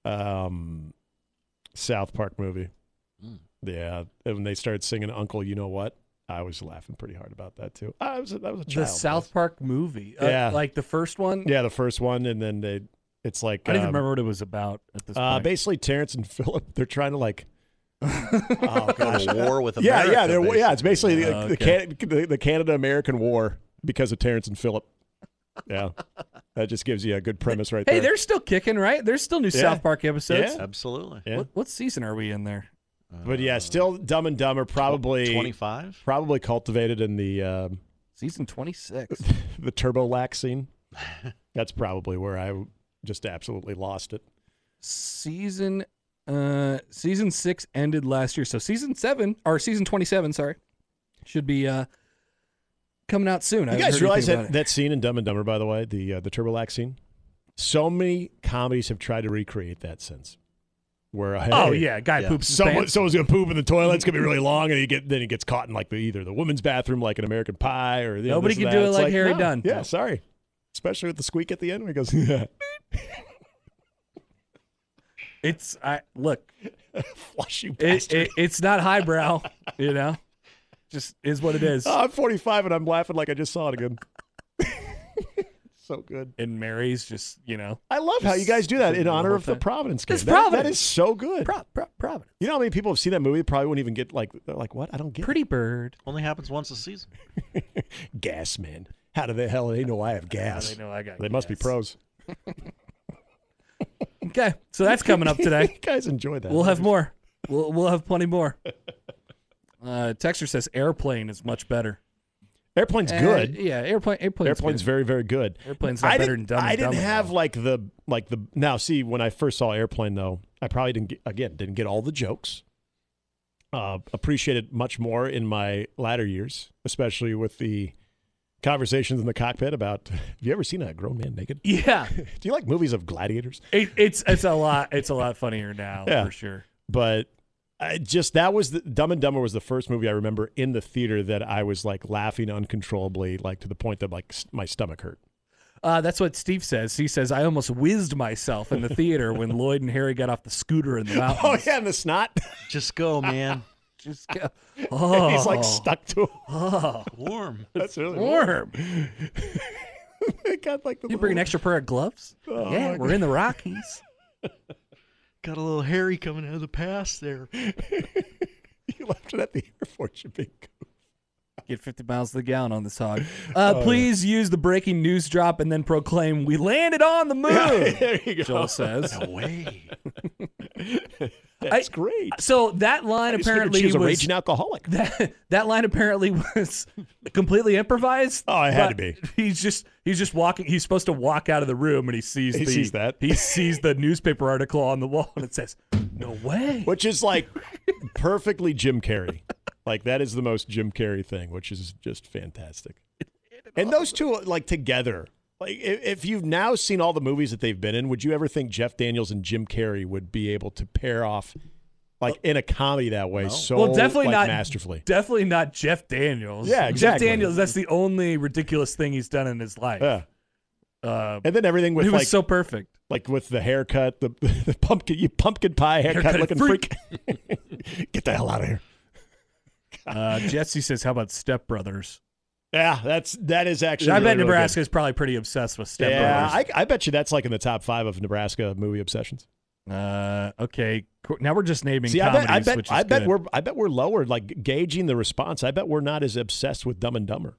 Speaker 4: um, South Park movie.
Speaker 5: Hmm.
Speaker 4: Yeah, and when they started singing "Uncle," you know what? I was laughing pretty hard about that too. I was that was a
Speaker 5: The
Speaker 4: child.
Speaker 5: South Park movie. Uh,
Speaker 4: Yeah.
Speaker 5: Like the first one.
Speaker 4: Yeah, the first one, and then they. It's like
Speaker 5: I don't even
Speaker 4: um,
Speaker 5: remember what it was about at this
Speaker 4: Uh,
Speaker 5: point.
Speaker 4: basically, Terrence and Philip, they're trying to like. oh
Speaker 6: Go
Speaker 4: gosh.
Speaker 6: to war with
Speaker 4: Yeah,
Speaker 6: America.
Speaker 4: yeah, they're, yeah. It's basically the,
Speaker 5: Oh,
Speaker 4: the, Can, the, the Canada-American War because of Terrence and Philip. Yeah, that just gives you a good premise right
Speaker 5: hey,
Speaker 4: there.
Speaker 5: they're still kicking, right? There's still new
Speaker 4: uh, Yeah.
Speaker 5: South Park episodes.
Speaker 4: Yeah.
Speaker 6: Absolutely.
Speaker 4: Yeah.
Speaker 5: What, what season are we in there?
Speaker 4: But yeah, still Dumb and Dumber probably
Speaker 6: 25?
Speaker 4: probably cultivated in the um,
Speaker 5: Season 26.
Speaker 4: the Turbo Lax scene. That's probably where I just absolutely lost it.
Speaker 5: season uh season 6 ended last year. So season 7 or season 27, sorry. Should be uh coming out soon.
Speaker 4: You guys realize that that scene in Dumb and Dumber, by the way, the uh, the Turbolax scene. So many comedies have tried to recreate that since. Where hey,
Speaker 5: Oh yeah, guy
Speaker 6: Yeah.
Speaker 5: poops. his
Speaker 4: someone,
Speaker 5: pants.
Speaker 4: someone's gonna poop in the toilet. It's gonna be really long, and he get then he gets caught in like the either the women's bathroom, like an American Pie, or the,
Speaker 5: Nobody
Speaker 4: this
Speaker 5: can
Speaker 4: and that.
Speaker 5: do it
Speaker 4: It's
Speaker 5: like Harry
Speaker 4: no.
Speaker 5: Dunn.
Speaker 4: Yeah, sorry. Especially with the squeak at the end, where he goes, yeah.
Speaker 5: It's I look.
Speaker 4: "Flush you
Speaker 5: It,
Speaker 4: bastard."
Speaker 5: it, it's not highbrow, you know. Just is what it is.
Speaker 4: Oh, I'm 45 and I'm laughing like I just saw it again. so good.
Speaker 5: And Mary's just you know
Speaker 4: I love how you
Speaker 5: Just
Speaker 4: guys do that in
Speaker 5: the
Speaker 4: honor
Speaker 5: whole
Speaker 4: of the
Speaker 5: thing.
Speaker 4: Providence game.
Speaker 5: It's
Speaker 4: That- that
Speaker 5: Providence.
Speaker 4: is so good.
Speaker 5: prop, prop, prop.
Speaker 4: You know how many people have seen that movie? Probably wouldn't even get like they're like what? I don't get
Speaker 5: Pretty bird.
Speaker 6: Only happens once a season.
Speaker 4: it. gas, man. How do the hell they know I have gas?
Speaker 5: they know I got
Speaker 4: They must be
Speaker 5: gas.
Speaker 4: pros.
Speaker 5: Okay, so that's coming up today.
Speaker 4: you guys enjoy that.
Speaker 5: We'll have more. We'll we'll have plenty more. Uh, Texture says airplane is much better.
Speaker 4: Airplane's
Speaker 5: Eh,
Speaker 4: good.
Speaker 5: yeah, airplane. Airplane's,
Speaker 4: Airplane's
Speaker 5: good.
Speaker 4: very very good.
Speaker 5: Airplane's not
Speaker 4: I
Speaker 5: better
Speaker 4: didn't-
Speaker 5: than Dumb and
Speaker 4: I didn't
Speaker 5: Dumber,
Speaker 4: have
Speaker 5: though.
Speaker 4: like the like the now see when I first saw Airplane though I probably didn't get, again didn't get all the jokes. Uh, appreciated much more in my latter years, especially with the conversations in the cockpit about have you ever seen a grown man naked?
Speaker 5: Yeah,
Speaker 4: Do you like movies of gladiators?
Speaker 5: it, it's it's a lot. It's a lot funnier now
Speaker 4: Yeah.
Speaker 5: for sure.
Speaker 4: but I just that was the Dumb and Dumber was the first movie I remember in the theater that I was like laughing uncontrollably, like to the point that like s- my stomach hurt.
Speaker 5: Uh, that's what Steve says. He says I almost whizzed myself in the theater when Lloyd and Harry got off the scooter in the mountains.
Speaker 4: Oh yeah, and the snot.
Speaker 6: Just go, man.
Speaker 5: Just go. Oh,
Speaker 4: He's like stuck to him.
Speaker 6: Warm.
Speaker 4: That's really
Speaker 5: warm.
Speaker 4: They got like the
Speaker 5: You bring an
Speaker 4: little-
Speaker 5: extra pair of gloves?
Speaker 4: Oh, my
Speaker 5: yeah, we're in the Rockies.
Speaker 6: Got a little hairy coming out of the past there.
Speaker 4: You left it at the Air Force. You big. goof.
Speaker 5: Get 50 miles to the gallon on this hog. Uh,
Speaker 4: Oh,
Speaker 5: please use the breaking news drop and then proclaim, We landed on the moon,
Speaker 4: There you go.
Speaker 5: Joel says.
Speaker 6: Way.
Speaker 4: That's great.
Speaker 5: So that line
Speaker 4: I just figured
Speaker 5: apparently
Speaker 4: she was a
Speaker 5: was.
Speaker 4: raging alcoholic.
Speaker 5: That, that line apparently was completely improvised.
Speaker 4: Oh, it had to
Speaker 5: but
Speaker 4: be.
Speaker 5: He's just he's just walking. He's supposed to walk out of the room and he sees
Speaker 4: He
Speaker 5: the,
Speaker 4: sees that.
Speaker 5: he sees the newspaper article on the wall and it says, "No way."
Speaker 4: which is like perfectly Jim Carrey. Like that is the most Jim Carrey thing, which is just fantastic. And those two like together. Like if, if you've now seen all the movies that they've been in, would you ever think Jeff Daniels and Jim Carrey would be able to pair off like in a comedy that way so
Speaker 5: well, definitely
Speaker 4: like,
Speaker 5: not
Speaker 4: masterfully?
Speaker 5: Definitely not Jeff Daniels.
Speaker 4: Yeah, exactly.
Speaker 5: Jeff Daniels. That's the only ridiculous thing he's done in his life.
Speaker 4: Yeah.
Speaker 5: Uh,
Speaker 4: And then everything
Speaker 5: he
Speaker 4: with
Speaker 5: was
Speaker 4: like
Speaker 5: so perfect.
Speaker 4: like with the haircut, the, the pumpkin you pumpkin pie haircut,
Speaker 5: Haircut
Speaker 4: looking freak. Get the hell out of here.
Speaker 5: Uh, Jesse says, "How about Step Brothers?"
Speaker 4: Yeah, that's that is actually
Speaker 5: I
Speaker 4: really,
Speaker 5: bet
Speaker 4: really good.
Speaker 5: Nebraska is probably pretty obsessed with Step
Speaker 4: Yeah,
Speaker 5: Brothers.
Speaker 4: I, I bet you that's like in the top five of Nebraska movie obsessions.
Speaker 5: Uh, okay, co- now we're just naming
Speaker 4: See, I
Speaker 5: comedies,
Speaker 4: bet, I
Speaker 5: which
Speaker 4: bet,
Speaker 5: is
Speaker 4: I bet
Speaker 5: good.
Speaker 4: we're, I bet we're lower, like gauging the response. I bet we're not as obsessed with Dumb and Dumber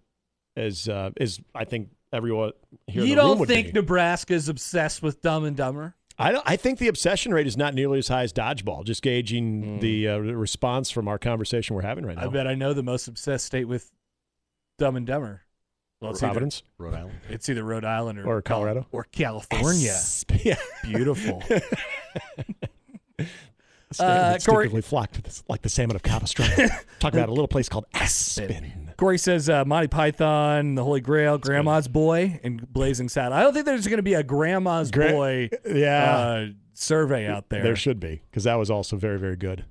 Speaker 4: as, uh, as I think everyone here. in
Speaker 5: You
Speaker 4: the room
Speaker 5: don't
Speaker 4: would
Speaker 5: think
Speaker 4: be.
Speaker 5: Nebraska is obsessed with Dumb and Dumber?
Speaker 4: I don't. I think the obsession rate is not nearly as high as dodgeball. Just gauging the uh, response from our conversation we're having right now.
Speaker 5: Mm. I bet I know the most obsessed state with Dumb and Dumber. Well, it's either,
Speaker 4: Providence
Speaker 6: Rhode Island.
Speaker 5: it's either Rhode Island or,
Speaker 4: or Colorado.
Speaker 5: or California.
Speaker 4: Yeah,
Speaker 5: Beautiful.
Speaker 4: uh,
Speaker 5: Corey-
Speaker 4: Corey, flocked to this, like the salmon of Capistrano. Talk about a little place called Aspen.
Speaker 5: Corey says uh, Monty Python, The Holy Grail, Grandma's Boy, and Blazing Saddle. I don't think there's going to be a Grandma's
Speaker 4: Gra-
Speaker 5: Boy
Speaker 4: Yeah.
Speaker 5: uh, survey out there.
Speaker 4: Ah, There should be because that was also very very good.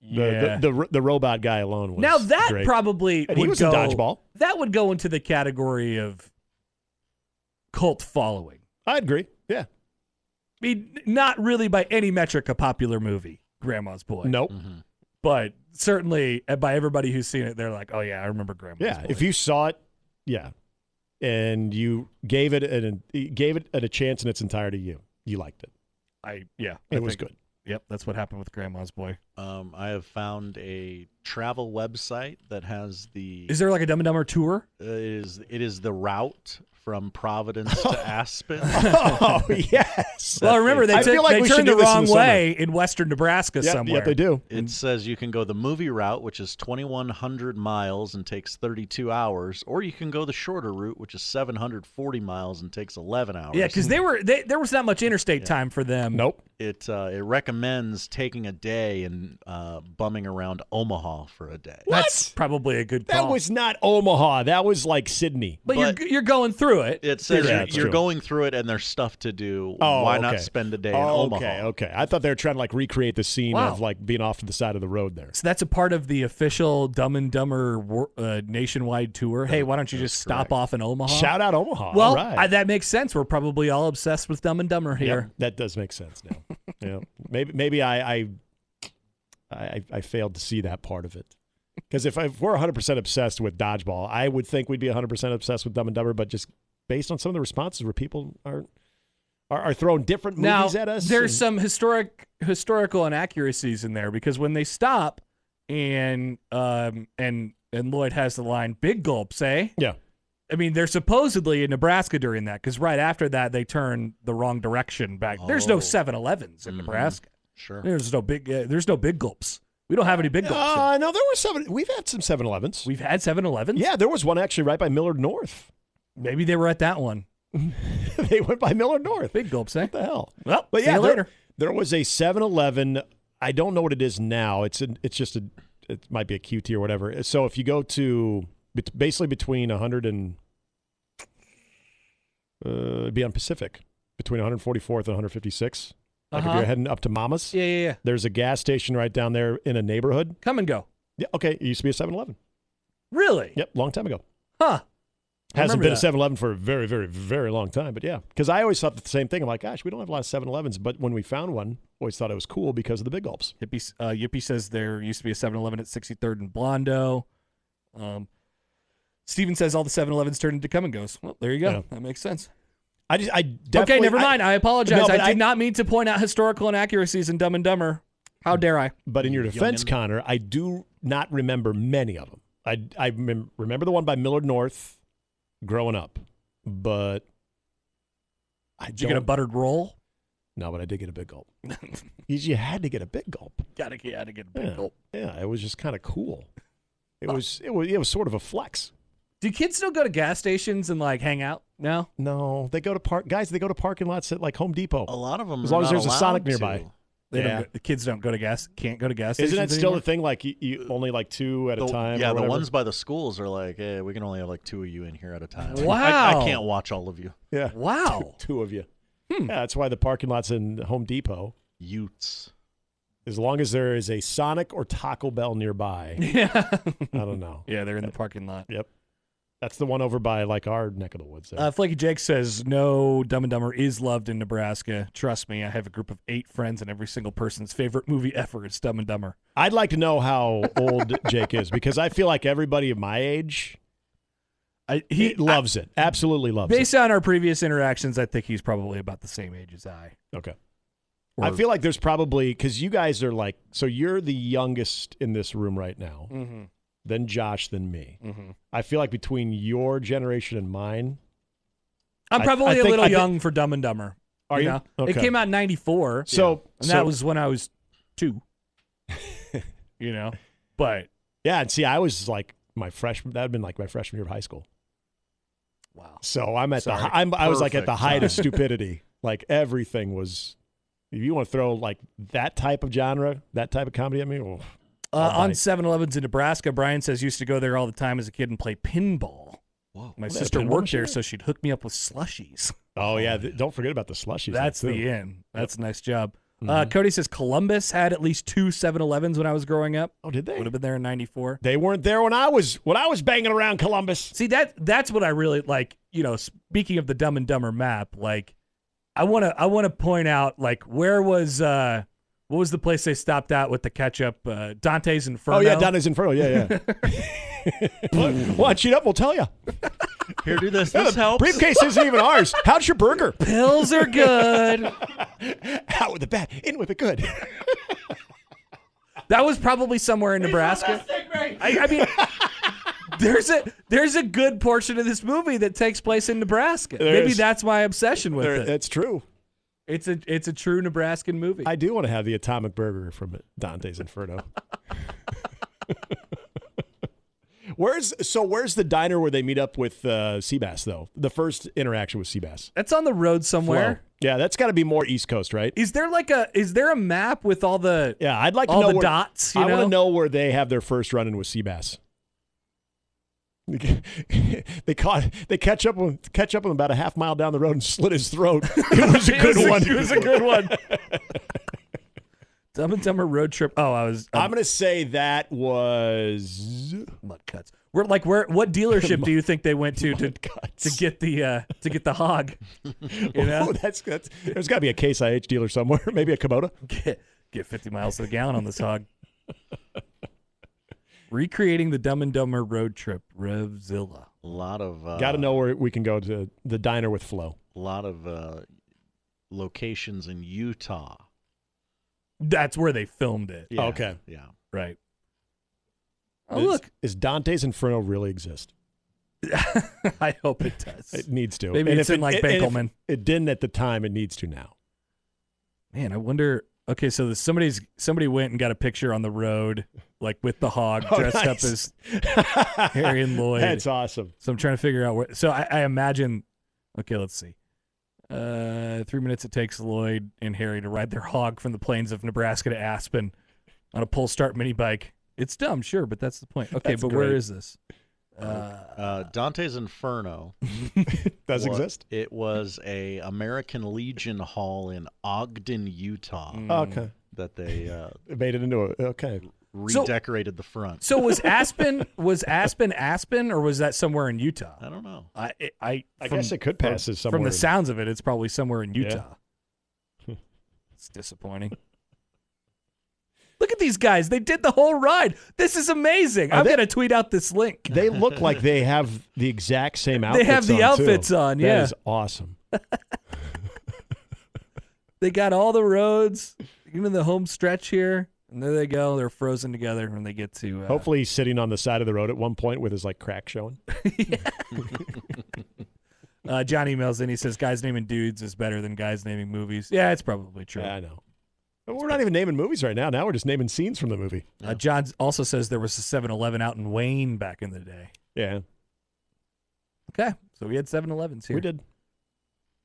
Speaker 4: The,
Speaker 5: Yeah.
Speaker 4: the, the the robot guy alone was
Speaker 5: now that
Speaker 4: great.
Speaker 5: probably
Speaker 4: And
Speaker 5: would
Speaker 4: he was
Speaker 5: go,
Speaker 4: in dodgeball.
Speaker 5: That would go into the category of cult following.
Speaker 4: I agree. Yeah.
Speaker 5: I mean, not really by any metric a popular movie, Grandma's Boy.
Speaker 4: Nope.
Speaker 6: mm, Mm-hmm.
Speaker 5: But certainly uh, by everybody who's seen it, they're like, oh, yeah, I remember Grandma's
Speaker 4: Yeah.
Speaker 5: Boy.
Speaker 4: If you saw it, yeah, and you gave it an gave it a chance in its entirety, you you liked it.
Speaker 5: I, yeah.
Speaker 4: It
Speaker 5: I
Speaker 4: was
Speaker 5: think-
Speaker 4: good.
Speaker 5: Yep. That's what happened with Grandma's Boy.
Speaker 6: Um, I have found a travel website that has the uh,
Speaker 5: Is there like a Dumb and Dumber tour?
Speaker 6: is it is the route from Providence to Aspen.
Speaker 4: oh yes.
Speaker 5: Well, remember they,
Speaker 4: I
Speaker 5: took-
Speaker 4: feel like
Speaker 5: they
Speaker 4: we should
Speaker 5: turned
Speaker 4: do
Speaker 5: the
Speaker 4: this in
Speaker 5: wrong
Speaker 4: the summer.
Speaker 5: way in western Nebraska
Speaker 4: Yep,
Speaker 5: somewhere.
Speaker 4: yep, they do.
Speaker 6: It says you can go the movie route, which is 2,100 miles and takes 32 hours, or you can go the shorter route, which is 740 miles and takes 11 hours.
Speaker 5: Yeah, because they were they, there was not much interstate time for them.
Speaker 4: Nope.
Speaker 6: it uh, it recommends taking a day and uh, bumming around Omaha for a day.
Speaker 5: That's probably a good
Speaker 4: That
Speaker 5: call.
Speaker 4: was not Omaha. That was like Sydney.
Speaker 5: but, you're you're going through it.
Speaker 6: It says
Speaker 4: Yeah,
Speaker 6: you're,
Speaker 4: it's
Speaker 6: you're
Speaker 4: true.
Speaker 6: going through it and there's stuff to do.
Speaker 4: Oh,
Speaker 6: Why
Speaker 4: okay.
Speaker 6: not spend a day in
Speaker 4: Oh,
Speaker 6: Omaha?
Speaker 4: okay, okay. I thought they were trying to like recreate the scene
Speaker 5: Wow.
Speaker 4: of like being off to the side of the road there.
Speaker 5: So that's a part of the official Dumb and Dumber wor- uh, nationwide tour. Hey, why don't you just stop off in Omaha?
Speaker 4: Shout out Omaha.
Speaker 5: Uh-huh. well,
Speaker 4: All right.
Speaker 5: I, that makes sense. We're probably all obsessed with Dumb and Dumber
Speaker 4: Yep,
Speaker 5: here.
Speaker 4: that does make sense now. yeah, maybe maybe I I, I I failed to see that part of it. Because if, I- if we're 100% obsessed with dodgeball, I would think we'd be 100% obsessed with Dumb and Dumber. But just based on some of the responses where people are are, are throwing different
Speaker 5: Now
Speaker 4: movies at us,
Speaker 5: there's
Speaker 4: and-
Speaker 5: some historic historical inaccuracies in there because when they stop and um and and Lloyd has the line "Big gulps," eh?
Speaker 4: yeah.
Speaker 5: I mean, they're supposedly in Nebraska during that because right after that they turn the wrong direction back. There's no
Speaker 6: Oh.
Speaker 5: 7-Elevens in
Speaker 4: Mm-hmm.
Speaker 6: Mhm.
Speaker 5: Nebraska.
Speaker 6: Sure.
Speaker 5: There's no big. Uh, there's no big gulps. We don't have any big gulps.
Speaker 4: Uh, no, there were seven. We've had some 7 Elevens.
Speaker 5: We've had 7-Elevens.
Speaker 4: Yeah, there was one actually right by Millard North.
Speaker 5: Maybe they were at that one.
Speaker 4: they went by Millard North.
Speaker 5: Big gulps, eh?
Speaker 4: What the hell?
Speaker 5: Well,
Speaker 4: But
Speaker 5: see
Speaker 4: yeah,
Speaker 5: you
Speaker 4: there,
Speaker 5: later.
Speaker 4: there was a 7-Eleven. I don't know what it is now. It's an, it's just a it might be a QT or whatever. So if you go to bet- basically between 100 and uh, it'd be on Pacific between 144th and 156. Like if
Speaker 5: Uh-huh.
Speaker 4: you're heading up to Mama's,
Speaker 5: Yeah, yeah, yeah.
Speaker 4: there's a gas station right down there in a neighborhood.
Speaker 5: Come and go.
Speaker 4: Yeah, okay, it used to be a 7-Eleven.
Speaker 5: Really?
Speaker 4: Yep, long time ago.
Speaker 5: Huh. I
Speaker 4: Hasn't
Speaker 5: remember
Speaker 4: been
Speaker 5: that.
Speaker 4: a 7 Eleven for a very, very, very long time. But yeah, because I always thought the same thing. I'm like, gosh, we don't have a lot of 7 Elevens. But when we found one, always thought it was cool because of the big gulps.
Speaker 5: Yippee, uh, Yippee says there used to be a 7-Eleven at 63rd and Blondo. Um, Steven says all the 7-Elevens turned into come and goes. Well, there you go.
Speaker 4: Yeah.
Speaker 5: That makes sense.
Speaker 4: I just, I definitely.
Speaker 5: okay, never
Speaker 4: I-
Speaker 5: mind. I, apologize.
Speaker 4: No,
Speaker 5: I
Speaker 4: but
Speaker 5: did
Speaker 4: I-
Speaker 5: not mean to point out historical inaccuracies in Dumb and Dumber. How dare I?
Speaker 4: but in your defense,
Speaker 6: Youngin.
Speaker 4: Connor, I do not remember many of them. I, I remem- remember the one by Millard North growing up, but I
Speaker 5: Did you get a
Speaker 4: don't-
Speaker 5: buttered roll?
Speaker 4: No, but I did get a big gulp. you you had to get a big gulp.
Speaker 5: Gotta get, gotta get a
Speaker 4: Yeah, yeah it was just kind of cool. It was, it was, it was sort of a flex.
Speaker 5: Do kids still go to gas stations and like hang out now?
Speaker 4: No, they go to park guys. They go to parking lots at like Home Depot.
Speaker 6: A lot of them.
Speaker 4: As
Speaker 6: are
Speaker 4: long as
Speaker 6: not
Speaker 4: there's a Sonic
Speaker 6: allowed
Speaker 4: nearby.
Speaker 6: to.
Speaker 5: They
Speaker 4: Yeah.
Speaker 5: don't go, the kids don't go to gas, can't go to gas
Speaker 4: Isn't that
Speaker 5: stations.
Speaker 4: still
Speaker 5: anymore?
Speaker 4: the thing? Like you, you only like two at a
Speaker 6: The-
Speaker 4: time. or
Speaker 6: yeah, the
Speaker 4: whatever?
Speaker 6: ones by the schools are like, hey, we can only have like two of you in here at a time. I- I,
Speaker 5: Wow.
Speaker 6: can't watch all of you.
Speaker 4: Yeah,
Speaker 5: Wow.
Speaker 4: two of you. Yeah, that's why the parking lots in Home Depot.
Speaker 6: Utes.
Speaker 4: As long as there is a Sonic or Taco Bell nearby,
Speaker 5: Yeah.
Speaker 4: I don't know.
Speaker 5: yeah, they're in the parking lot.
Speaker 4: Yep, that's the one over by like our neck of the woods. There.
Speaker 5: Uh, Flaky Jake says, No, Dumb and Dumber is loved in Nebraska. Trust me, I have a group of eight friends, and every single person's favorite movie ever is Dumb and Dumber.
Speaker 4: I'd like to know how old Jake is because I feel like everybody of my age
Speaker 5: I,
Speaker 4: he
Speaker 5: he
Speaker 4: loves it. Absolutely loves
Speaker 5: Based on our previous interactions, I think he's probably about the same age as I.
Speaker 4: it. Okay.
Speaker 5: Or-
Speaker 4: I feel like there's probably because you guys are like so you're the youngest in this room right now,
Speaker 5: Mhm.
Speaker 4: then Josh, then me.
Speaker 5: Mhm.
Speaker 4: I feel like between your generation and mine,
Speaker 5: I'm
Speaker 4: I-
Speaker 5: probably
Speaker 4: I
Speaker 5: a
Speaker 4: think-
Speaker 5: little
Speaker 4: I thi-
Speaker 5: young for Dumb and Dumber.
Speaker 4: Are you?
Speaker 5: know? It
Speaker 4: Okay.
Speaker 5: came out in '94,
Speaker 4: so
Speaker 5: and
Speaker 4: so-
Speaker 5: that was when I was two. you know, but
Speaker 4: yeah. And see, I was like my freshman. That had been like my freshman year of high school.
Speaker 5: wow,
Speaker 4: So I'm at
Speaker 6: Sorry.
Speaker 4: the hi- I'm, I was like at the
Speaker 6: Perfect
Speaker 4: height of
Speaker 6: timing.
Speaker 4: stupidity. Like everything was. If you want to throw like that type of genre, that type of comedy at me, oh,
Speaker 5: uh,
Speaker 4: I'll
Speaker 5: on
Speaker 4: bite.
Speaker 5: 7-Elevens in Nebraska, Brian says used to go there all the time as a kid and play pinball. My
Speaker 6: Whoa.
Speaker 4: Well, they have
Speaker 5: sister
Speaker 4: pinball
Speaker 5: worked there,
Speaker 4: machines.
Speaker 5: so she'd hook me up with slushies.
Speaker 4: oh yeah, th- don't forget about the slushies.
Speaker 5: That's
Speaker 4: too. Mm-hmm.
Speaker 5: the end. That's a nice job. Uh, Cody says Columbus had at least two 7-Elevens when I was growing up.
Speaker 4: Oh, did they?
Speaker 5: Would have been there in '94.
Speaker 4: They weren't there when I was when I was banging around Columbus.
Speaker 5: See that that's what I really like. You know, speaking of the Dumb and Dumber map, like I want to I want to point out like where was uh what was the place they stopped at with the ketchup? Uh, Dante's Inferno.
Speaker 4: Oh yeah, Dante's Inferno. Yeah, yeah. well, cheat up. We'll tell you.
Speaker 6: Here, do this. This helps.
Speaker 4: Briefcase isn't even ours. How's your burger?
Speaker 5: Pills are good.
Speaker 4: Out with the bad, in with the good.
Speaker 5: that was probably somewhere in Nebraska. I, I mean, there's a there's a good portion of this movie that takes place in Nebraska. Maybe
Speaker 4: is.
Speaker 5: that's my obsession with
Speaker 4: There-
Speaker 5: it.
Speaker 4: that's true.
Speaker 5: It's a it's a true Nebraskan movie.
Speaker 4: I do want to have the atomic burger from Dante's Inferno. where's so? Where's the diner where they meet up with uh, Seabass though? The first interaction with Seabass.
Speaker 5: that's on the road somewhere.
Speaker 4: Flow. Yeah, that's got to be more East Coast, right?
Speaker 5: Is there like a is there a map with all the
Speaker 4: Yeah, I'd like
Speaker 5: All
Speaker 4: to know
Speaker 5: the
Speaker 4: where,
Speaker 5: dots, you
Speaker 4: I want
Speaker 5: know?
Speaker 4: to know where they have their first run in with Seabass. they caught. They catch up on catch up on him about a half mile down the road and slit his throat. It was a good one.
Speaker 5: It was a good one. Dumb and Dumber road trip. Oh, I was
Speaker 4: I'm gonna say that was
Speaker 5: mud cuts. We're like where what dealership do you think they went to to,
Speaker 4: cuts.
Speaker 5: to get the uh to get the hog? You
Speaker 4: Oh,
Speaker 5: know?
Speaker 4: that's, that's there's got to be a Case IH dealer somewhere, maybe a Kubota.
Speaker 5: get, get 50 miles to the gallon on this hog. Recreating the Dumb and Dumber road trip, Revzilla.
Speaker 6: A lot of uh,
Speaker 4: got to know where we can go to the diner with Flo.
Speaker 6: A lot of uh, locations in Utah.
Speaker 5: That's where they filmed it,
Speaker 6: Yeah,
Speaker 4: Oh, Okay.
Speaker 6: Yeah.
Speaker 5: right? Oh,
Speaker 4: Is-
Speaker 5: look,
Speaker 4: is Dante's Inferno really exist?
Speaker 5: I hope it does.
Speaker 4: It needs to.
Speaker 5: Maybe
Speaker 4: And
Speaker 5: it's
Speaker 4: if
Speaker 5: in, like,
Speaker 4: it, and if
Speaker 5: Bankelman.
Speaker 4: It didn't at the time. It needs to now.
Speaker 5: Man, I wonder. Okay, so the, somebody's somebody went and got a picture on the road, like with the hog
Speaker 4: Oh,
Speaker 5: dressed up
Speaker 4: nice.
Speaker 5: as. Harry and Lloyd.
Speaker 4: That's awesome.
Speaker 5: So I'm trying to figure out where. So I, I imagine. Okay, let's see. Uh, three minutes it takes Lloyd and Harry to ride their hog from the plains of Nebraska to Aspen on a pull start mini bike. It's dumb, sure, but that's the point. Okay,
Speaker 4: That's
Speaker 5: but where
Speaker 4: great.
Speaker 5: is this?
Speaker 6: Uh, Dante's Inferno
Speaker 4: Does
Speaker 6: wa-
Speaker 4: exist?
Speaker 6: It was a American Legion Hall in Ogden, Utah,
Speaker 4: Mm. okay.
Speaker 6: that they uh,
Speaker 4: It made it into a okay.
Speaker 6: redecorated the front.
Speaker 5: So was Aspen was Aspen Aspen or was that somewhere in Utah?
Speaker 6: I don't know.
Speaker 5: I I,
Speaker 4: Uh, I guess it could pass as somewhere
Speaker 5: From the
Speaker 4: in-
Speaker 5: sounds of it, it's probably somewhere in
Speaker 4: Yeah.
Speaker 5: Utah. it's disappointing. Look at these guys. They did the whole ride. This is amazing.
Speaker 4: Are
Speaker 5: I'm
Speaker 4: they-
Speaker 5: going to tweet out this link.
Speaker 4: They look like they have the exact same outfits.
Speaker 5: They have the
Speaker 4: on, too.
Speaker 5: outfits on, yeah.
Speaker 4: that is awesome.
Speaker 5: They got all the roads, even the home stretch here. And there they go. They're frozen together when they get to. Uh,
Speaker 4: Hopefully, he's sitting on the side of the road at one point with his like crack showing.
Speaker 5: Uh, John emails in. He says, Guys naming dudes is better than guys naming movies. Yeah, it's probably true. Uh,
Speaker 4: Yeah, I know. But we're not even naming movies right now. Now we're just naming scenes from the movie.
Speaker 5: Uh, John also says there was a 7 Eleven out in Wayne back in the day.
Speaker 4: Yeah,
Speaker 5: Okay. So we had 7 Elevens here.
Speaker 4: we did.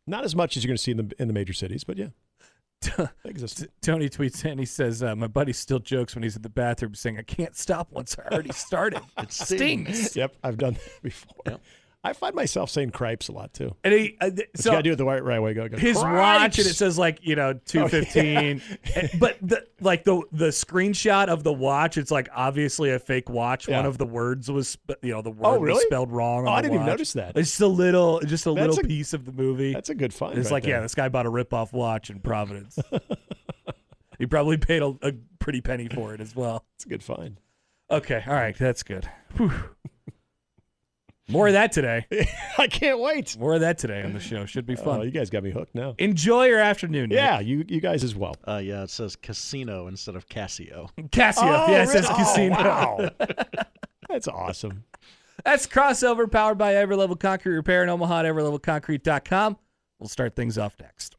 Speaker 4: Not as much as you're going to see in the in the major cities, but yeah,
Speaker 5: did.
Speaker 4: they exist.
Speaker 5: T- Tony tweets in. He says, uh, "My buddy still jokes when he's in the bathroom, saying I can't stop once I already started.
Speaker 6: It
Speaker 5: Stings."
Speaker 4: yep, I've done that before. I find myself saying cripes a lot too.
Speaker 5: And he, uh, th-
Speaker 4: But
Speaker 5: so
Speaker 4: you got to do it Oh, the right, right way. Go, go.
Speaker 5: his watch,
Speaker 4: "Cripes!"
Speaker 5: and it says like you know two fifteen, but the like the the screenshot of the watch, it's like obviously a fake watch. One
Speaker 4: Yeah.
Speaker 5: of the words was sp- you know the word was
Speaker 4: really?
Speaker 5: spelled wrong.
Speaker 4: Oh,
Speaker 5: on
Speaker 4: I
Speaker 5: the
Speaker 4: didn't even
Speaker 5: watch.
Speaker 4: notice that.
Speaker 5: It's just a little, just a
Speaker 4: That's
Speaker 5: little
Speaker 4: a-
Speaker 5: piece of the movie.
Speaker 4: That's a good find.
Speaker 5: It's
Speaker 4: right
Speaker 5: like,
Speaker 4: there.
Speaker 5: yeah, this guy bought a rip-off watch in Providence. he probably paid a, a pretty penny for it as well.
Speaker 4: that's a good find.
Speaker 5: Okay, all right, that's good. Whew. More of that today.
Speaker 4: I can't wait.
Speaker 5: More of that today on the show. Should be fun.
Speaker 4: Oh, you guys got me hooked now.
Speaker 5: Enjoy your afternoon. Nick.
Speaker 4: Yeah, you you guys as well.
Speaker 6: Uh, yeah, it says casino instead of Casio.
Speaker 5: Casio.
Speaker 4: Oh,
Speaker 5: yeah, it says
Speaker 4: really? Oh,
Speaker 5: casino.
Speaker 4: wow. That's awesome.
Speaker 5: That's crossover powered by Everlevel Concrete Repair in Omaha at everlevelconcrete.com. We'll start things off next.